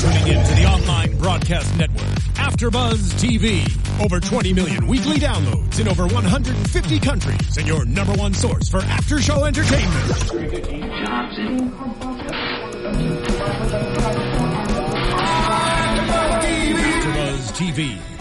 tuning in to the online broadcast network, AfterBuzz TV. Over 20 million weekly downloads in over 150 countries, and your number one source for after-show entertainment. AfterBuzz TV,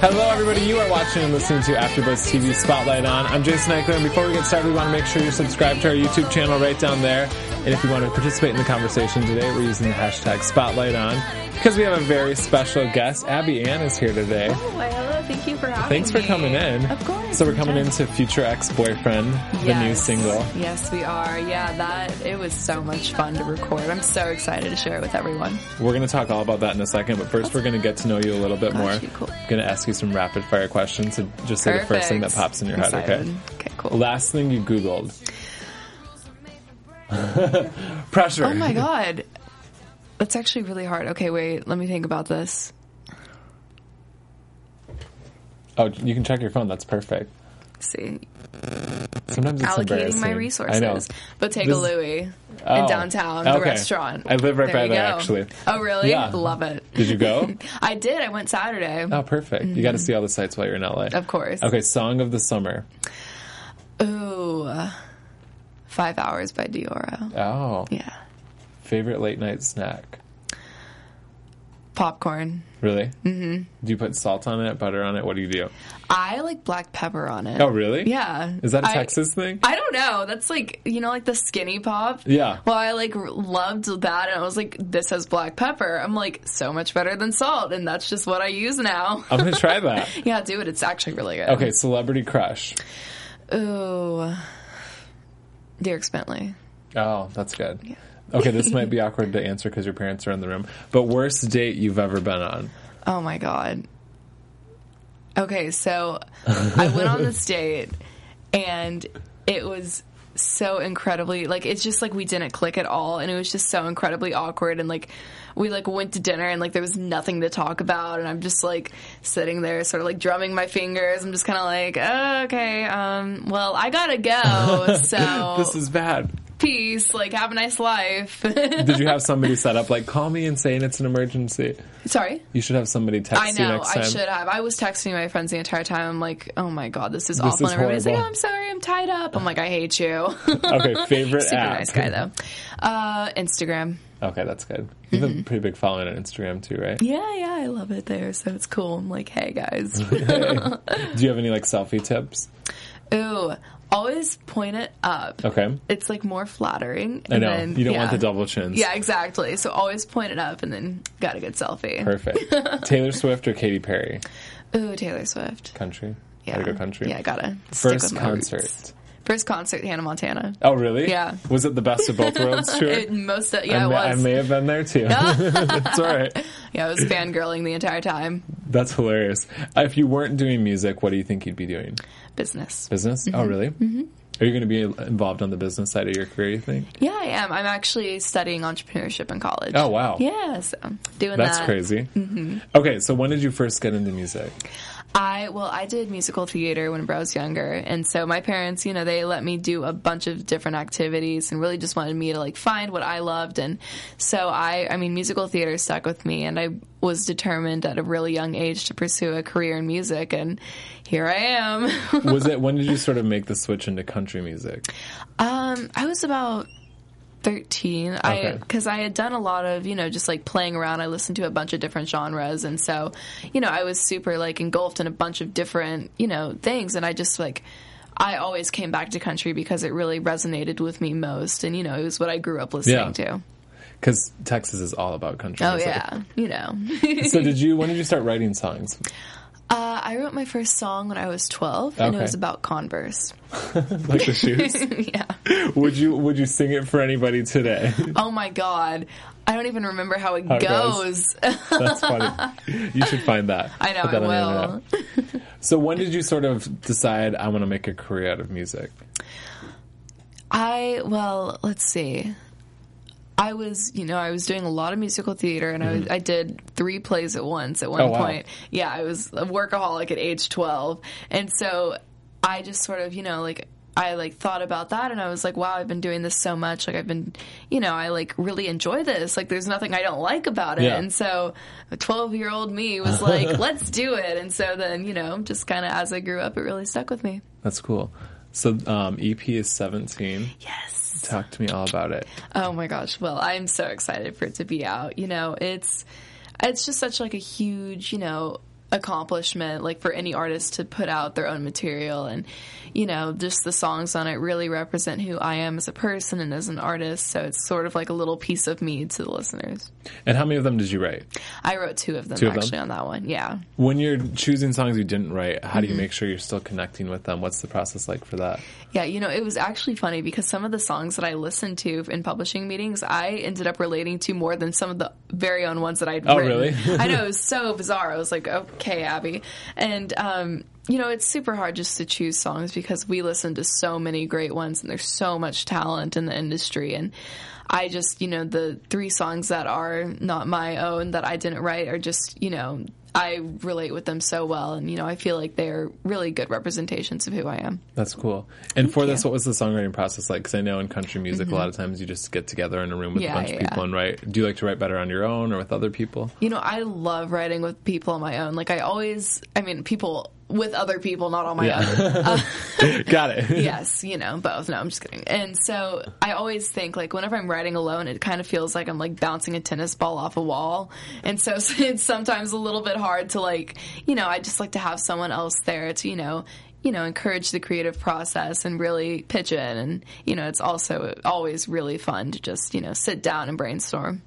Hello, everybody. You are watching and listening to AfterBuzz TV Spotlight on. I'm Jason Eichler, and before we get started, we want to make sure you're subscribed to our YouTube channel right down there. And if you want to participate in the conversation today, we're using the hashtag Spotlight on because we have a very special guest. Abby Ann is here today. Why, hello, Oh, thank you for having Thanks for me. coming in. Of course. So we're coming anytime. into Future Ex Boyfriend, the new Yes. single. Yes, we are. Yeah, that it was so much fun to record. I'm so excited to share it with everyone. We're going to talk all about that in a second, but first we're going to get to know you a little bit Gosh, more. you cool. I'm going to ask you some rapid fire questions. So just say the first thing that Perfect. pops in your head, Excited. okay? Okay, cool. Last thing you Googled. Pressure. oh my god. That's actually really hard. Okay, wait, let me think about this. Oh, you can check your phone. That's perfect. Let's see. Sometimes it's Allocating embarrassing. my resources. I know. But take This- a Louie Oh, in downtown, the okay. restaurant. I live right There by you there, go. actually. Oh really? Yeah. Love it. Did you go? I did. I went Saturday. Oh, perfect. You got to see all the sites while you're in LA. Mm-hmm. Of course. Okay, song of the summer. Ooh. Five hours by Dioro. Oh, Yeah. favorite late night snack. Popcorn. Really? Mm-hmm. Do you put salt on it, butter on it? What do you do? I like black pepper on it. Oh, really? Yeah. Is that a I- Texas thing? I don't know. That's like you know, like the skinny pop. Yeah. Well, I like r- loved that, and I was like, "This has black pepper." I'm like, so much better than salt, and that's just what I use now. I'm gonna try that. yeah, do it. It's actually really good. Okay, celebrity crush. Ooh, Derek Bentley. Oh, that's good. Okay, this might be awkward to answer because your parents are in the room. But worst date you've ever been on? Oh my god. Okay, so I went on this date and it was so incredibly like it's just like we didn't click at all and it was just so incredibly awkward and like we like went to dinner and like there was nothing to talk about and I'm just like sitting there sort of like drumming my fingers. I'm just kind of like, oh, "Okay, um well, I got to go." So Oh. This is bad. peace, like have a nice life. Did you have somebody set up like call me and saying it's an emergency? Sorry. You should have somebody text I you know. next I time. should have. I was texting my friends the entire time. I'm like, oh my god, this is awful. is and everybody's horrible. like, oh, I'm sorry, I'm tied up. I'm like, I hate you. Super Okay, favorite app. nice guy though. Uh, Instagram. Okay, that's good. You Mm-hmm. have a pretty big following on Instagram too, right? Yeah, yeah, I love it there. So it's cool. I'm like, hey guys. Do you have any like selfie tips? Ooh, always point it up. Okay, It's like more flattering. I and know then- you don't want yeah. the double chins. Yeah, exactly. So always point it up, and then got a good selfie. Perfect. Taylor Swift or Katy Perry? Ooh, Taylor Swift. Country. Yeah, Gotta go country. Yeah, gotta stick First with my concert. roots. First concert, Hannah Montana. Oh, really? Yeah. Was it the best of both worlds tour? It most I, yeah, it may, was. I may have been there too. it's all right. Yeah, I was fangirling the entire time. That's hilarious. Uh, If you weren't doing music, what do you think you'd be doing? Business. Business? Oh, really? Mm-hmm. Are you going to be involved on the business side of your career? You think? Yeah, I am. I'm actually studying entrepreneurship in college. Oh, wow. Yeah, so I'm doing That's that. Mm-hmm. crazy. Okay, so when did you first get into music? I well, I did musical theater whenever I was younger, and so my parents, you know, they let me do a bunch of different activities and really just wanted me to like find what I loved, and so I, I mean, musical theater stuck with me, and I was determined at a really young age to pursue a career in music, and here I am. Was it when did you sort of make the switch into country music? Um, I was about thirteen. I Okay. because I had done a lot of you know just like playing around. I listened to a bunch of different genres, and so you know I was super like engulfed in a bunch of different you know things, and I just like. I always came back to country because it really resonated with me most, and you know it was what I grew up listening Yeah. to. Because Texas is all about country. Oh music. yeah, you know. So did you? When did you start writing songs? uh, I wrote my first song when I was twelve, and it Okay. was about Converse. Like the shoes? yeah. would you Would you sing it for anybody today? Oh my god, I don't even remember how it it goes. goes. That's funny. You should find that. I know, Put that I on the internet. will. So when did you sort of decide I want to make a career out of music? I well, let's see. I was, you know, I was doing a lot of musical theater, and I, was, I did three plays at once at one Mm-hmm. Oh, wow. point. Yeah, I was a workaholic at age twelve, and so I just sort of, you know, like I like thought about that, and I was like, wow, I've been doing this so much. Like I've been, you know, I like really enjoy this. Like there's nothing I don't like about it, Yeah. and so twelve year old me was like, let's do it. And so then, you know, just kind of as I grew up, it really stuck with me. That's cool. So um, EP is 17. Yes. Talk to me all about it. Oh my gosh. Well, I'm so excited for it to be out. You know, it's it's just such like a huge, you know, accomplishment like for any artist to put out their own material and you know, just the songs on it really represent who I am as a person and as an artist, so it's sort of like a little piece of me to the listeners. And how many of them did you write? I wrote two of them Two of them? actually on that one. Yeah. When you're choosing songs you didn't write, how do Mm-hmm. you make sure you're still connecting with them? What's the process like for that? Yeah, you know, it was actually funny because some of the songs that I listened to in publishing meetings, I ended up relating to more than some of the very own ones that I'd Oh, written. really? I know it was so bizarre. I was like, okay, Abby, and um, you know, it's super hard just to choose songs because we listen to so many great ones, and there's so much talent in the industry. And I just, you know, the three songs that are not my own that I didn't write are just, you know. I relate with them so well, and you know, I feel like they're really good representations of who I am. That's cool. And for this, what was the songwriting process like? Because I know in country music, a lot of times you just get together in a room with a Mm-hmm. Yeah, bunch of yeah, people yeah. and write. Do you like to write better on your own or with other people? You know, I love writing with people on my own. Like I always, I mean, people with other people, not on my own. Got it. Yes, you know, both. No, I'm just kidding. And so I always think like whenever I'm writing alone, it kind of feels like I'm like bouncing a tennis ball off a wall. And so it's sometimes a little bit hard to like, you know, I just like to have someone else there to, you know, you know, encourage the creative process and really pitch in. And, you know, it's also always really fun to just, you know, sit down and brainstorm.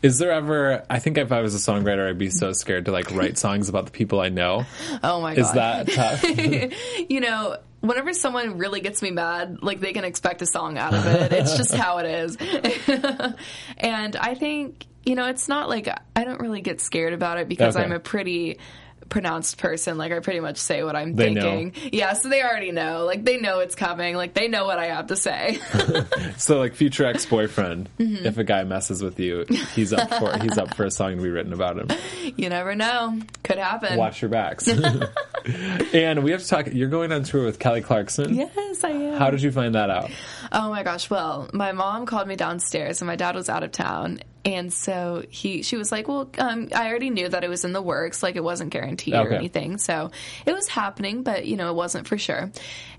Is there ever? I think if I was a songwriter, I'd be so scared to like write songs about the people I know. Oh my God. Is that tough? you know, whenever someone really gets me mad, like they can expect a song out of it. It's just how it is. and I think, you know, it's not like I don't really get scared about it because Okay. I'm a pretty pronounced person. Like I pretty much say what I'm They know. thinking. Yeah, so they already know. Like they know it's coming. Like they know what I have to say. so like future ex boyfriend, Mm-hmm. if a guy messes with you, he's up for he's up for a song to be written about him. you never know. Could happen. Watch your backs. and we have to talk. You're going on tour with Kelly Clarkson. Yes, I am. How did you find that out? Oh my gosh. Well, my mom called me downstairs and my dad was out of town. And so he, she was like, well, um, I already knew that it was in the works. Like it wasn't guaranteed or Okay. anything. So it was happening, but you know, it wasn't for sure.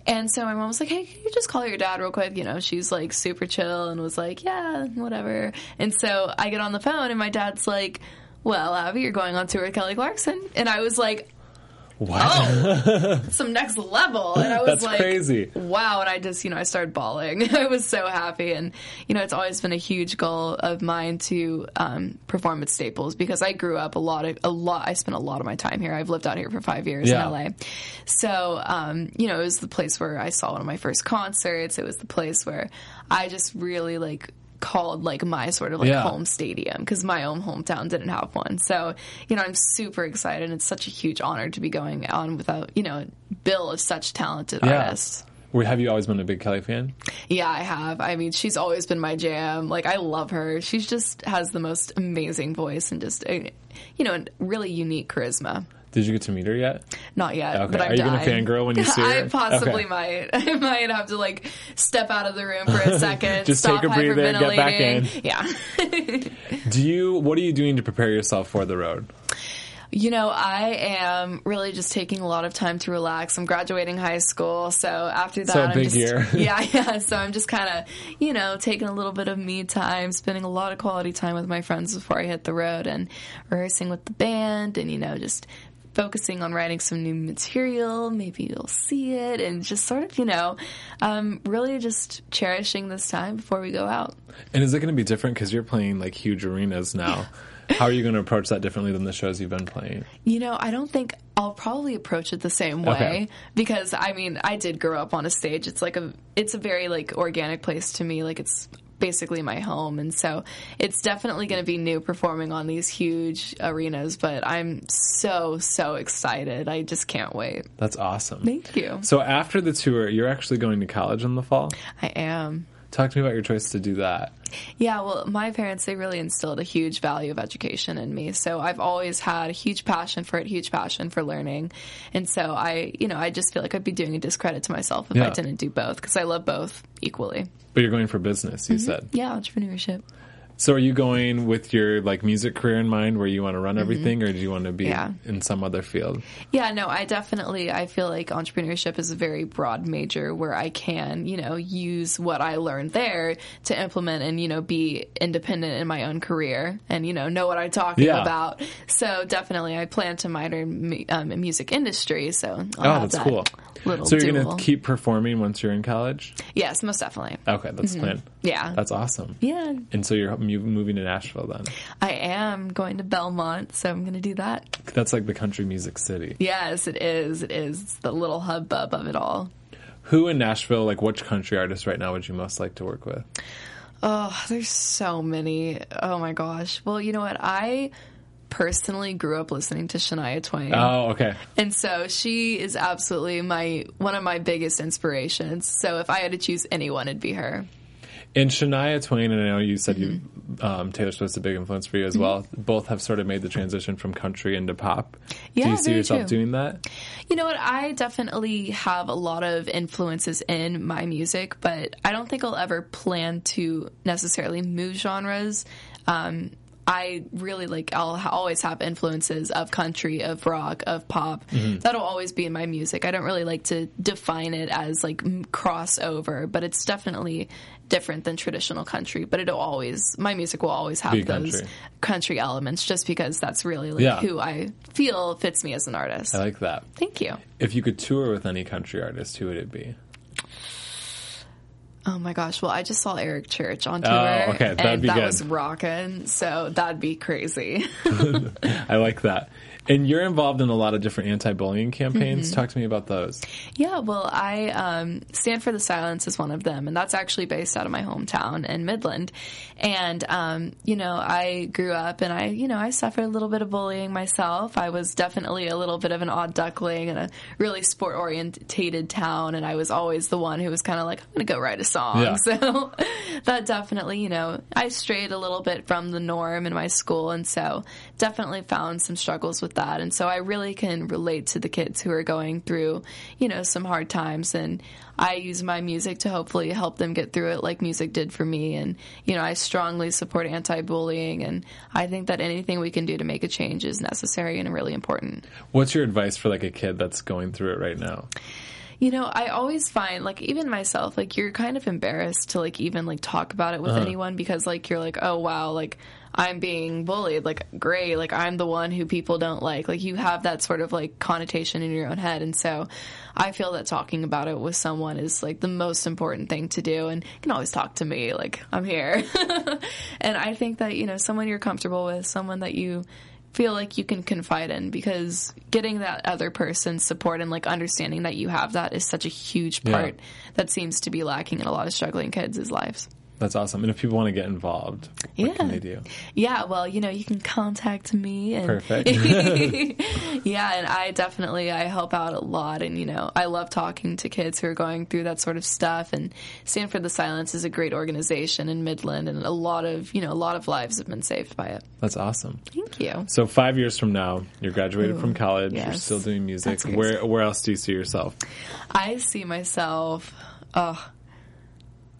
And so my mom was like, Hey, can you just call your dad real quick? You know, she's like super chill and was like, yeah, whatever. And so I get on the phone and my dad's like, well, Abby, you're going on tour with Kelly Clarkson. And I was like, oh, Wow, some next level. And I was That's like, crazy. wow. And I just, you know, I started bawling. I was so happy. And, you know, it's always been a huge goal of mine to um, perform at Staples because I grew up a lot of, a lot, I spent a lot of my time here. I've lived out here for five years Yeah. in LA. So, um, you know, it was the place where I saw one of my first concerts. It was the place where I just really like, called like my sort of like Yeah. home stadium because my own hometown didn't have one. So, you know, I'm super excited. and It's such a huge honor to be going on without, you know, Bill of such talented artists. Were- Have you always been a big Kelly fan? Yeah, I have. I mean, she's always been my jam. Like, I love her. She's just has the most amazing voice and just, uh, you know, a really unique charisma. Did you get to meet her yet? Not yet, Okay. but I'm Are you gonna dying. fangirl when you see her? I Okay. possibly might. I might have to like step out of the room for a second, Just stop take a breather, get back in. hyperventilating. Yeah. Do you? What are you doing to prepare yourself for the road? You know, I am really just taking a lot of time to relax. I'm graduating high school, so after that, So I'm big just, year. yeah, yeah. So I'm just kind of, you know, taking a little bit of me time, spending a lot of quality time with my friends before I hit the road, and rehearsing with the band, and you know, just focusing on writing some new material. Maybe you'll see it, and just sort of, you know, um, really just cherishing this time before we go out. And is it going to be different because you're playing like huge arenas now? How are you going to approach that differently than the shows you've been playing? You know, I don't think I'll probably approach it the same way Okay. because I mean, I did grow up on a stage. It's like a it's a very like organic place to me. Like it's basically my home. And so it's definitely going to be new performing on these huge arenas, but I'm so, so excited. I just can't wait. That's awesome. Thank you. So after the tour, you're actually going to college in the fall. I am. Talk to me about your choice to do that. Yeah, well, my parents, they really instilled a huge value of education in me. So I've always had a huge passion for it, huge passion for learning. And so I, you know, I just feel like I'd be doing a discredit to myself if Yeah. I didn't do both because I love both equally. But you're going for business, Mm-hmm. you said. Yeah, entrepreneurship. So are you going with your like music career in mind where you want to run everything or do you want to be Mm-hmm. Yeah. in some other field? Yeah, no, I definitely I feel like entrepreneurship is a very broad major where I can, you know, use what I learned there to implement and, you know, be independent in my own career and, you know, know what I'm talking Yeah. about. So definitely I plan to minor in mu- um, in music industry. So I'll Oh, have that's that cool. Little So you're going doodle. to keep performing once you're in college? Yes, most definitely. Okay, that's the plan. Mm-hmm. Yeah. That's awesome. yeah, And so you're mo- moving to Nashville then. I am going to Belmont, so I'm going to do that. That's like the country music city. Yes, it is. It is It's the little hubbub of it all. Who in Nashville, like which country artist right now would you most like to work with? Oh, there's so many. Oh my gosh. Well, you know what? I personally grew up listening to Shania Twain. Oh, okay. and so she is absolutely my one of my biggest inspirations. So if I had to choose anyone, it'd be her. And Shania Twain, and I know you said Mm-hmm. you um, Taylor Swift's a big influence for you as well. Both have sort of made the transition from country into pop. Do Yeah, you see very yourself true. doing that? You know what? I definitely have a lot of influences in my music, but I don't think I'll ever plan to necessarily move genres. Um, I really like, I'll ha- always have influences of country, of rock, of pop. Mm-hmm. That'll always be in my music. I don't really like to define it as like m- crossover, but it's definitely different than traditional country. But it'll always, my music will always have Be those country. country. elements just because that's really like Yeah. who I feel fits me as an artist. I like that. Thank you. If you could tour with any country artist, who would it be? Oh my gosh! Well, I just saw Eric Church on tour, Oh, okay, that'd and be that good. was rocking. So that'd be crazy. I like that. And you're involved in a lot of different anti-bullying campaigns. Mm-hmm. Talk to me about those. yeah. Well, I um, Stand for the Silence is one of them, and that's actually based out of my hometown in Midland. And um, you know, I grew up, and I you know I suffered a little bit of bullying myself. I was definitely a little bit of an odd duckling in a really sport orientated town, and I was always the one who was kind of like, I'm gonna go write a song. Yeah. So so that definitely, you know, I strayed a little bit from the norm in my school, and so definitely found some struggles with that. And so I really can relate to the kids who are going through, you know, some hard times. And I use my music to hopefully help them get through it, like music did for me. And you know, I strongly support anti-bullying, and I think that anything we can do to make a change is necessary and really important. What's your advice for like a kid that's going through it right now? You know, I always find like even myself, like you're kind of embarrassed to like even like talk about it with anyone because like you're like, oh wow, like I'm being bullied, like great, like I'm the one who people don't like. Like you have that sort of like connotation in your own head, and so I feel that talking about it with someone is like the most important thing to do. And you can always talk to me, like I'm here. and I think that you know someone you're comfortable with, someone that you feel like you can confide in because getting that other person's support and like understanding that you have that is such a huge part that seems to be lacking in a lot of struggling kids' lives. That's awesome. And if people want to get involved, what can Yeah. they do? Yeah, well, you know, you can contact me and Perfect. yeah, and I definitely I help out a lot and you know, I love talking to kids who are going through that sort of stuff and Stand for the Silence is a great organization in Midland and a lot of, you know, a lot of lives have been saved by it. That's awesome. Thank you. So five years from now, you're graduated from college. You're yes. still doing music. That's crazy. Where where else do you see yourself? I see myself. Oh,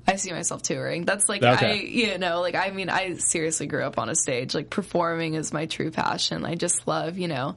I see myself touring. That's like I, Okay. you know, like I mean, I seriously grew up on a stage. Like performing is my true passion. I just love, you know,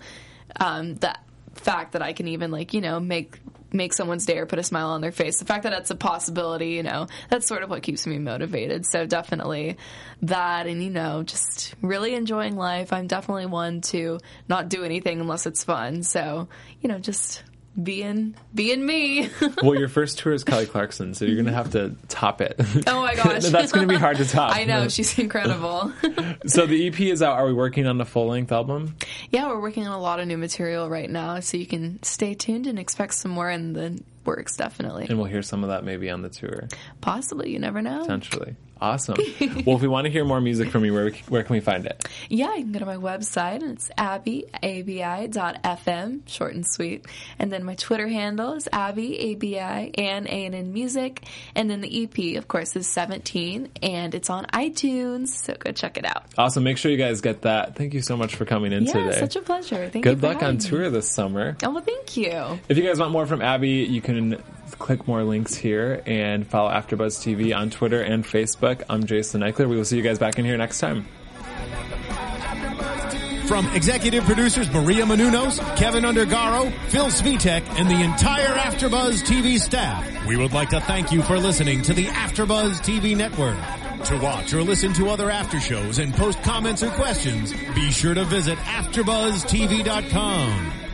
um, the fact that I can even like you know make make someone's day or put a smile on their face. The fact that that's a possibility, you know, that's sort of what keeps me motivated. So definitely that, and you know, just really enjoying life. I'm definitely one to not do anything unless it's fun. So you know, just being being me. Well, your first tour is Kelly Clarkson, so you're gonna have to top it. Oh my gosh. That's gonna be hard to top. I know she's incredible. So the EP is out. Are we working on a full length album? yeah, we're working on a lot of new material right now, so you can stay tuned and expect some more in the works definitely. And we'll hear some of that maybe on the tour, Possibly, you never know. potentially. Awesome. well, if we want to hear more music from you, where, we- where can we find it? Yeah, you can go to my website and it's abby, A-B-I dot FM, short and sweet. And then my Twitter handle is abby, A-B-I, and A&N Music. And then the EP, of course, is 17 and it's on iTunes, so go check it out. Awesome. Make sure you guys get that. Thank you so much for coming in Yeah, today. such a pleasure. Thank you Good for luck on having me. tour this summer. Oh, well, thank you. If you guys want more from Abby, you can click more links here and follow AfterBuzz TV on Twitter and Facebook. I'm Jason Eichler. We will see you guys back in here next time. From executive producers Maria Manunos, Kevin Undergaro, Phil Svitek, and the entire Afterbuzz TV staff, we would like to thank you for listening to the Afterbuzz TV network. To watch or listen to other after shows and post comments or questions, be sure to visit AfterbuzzTV.com.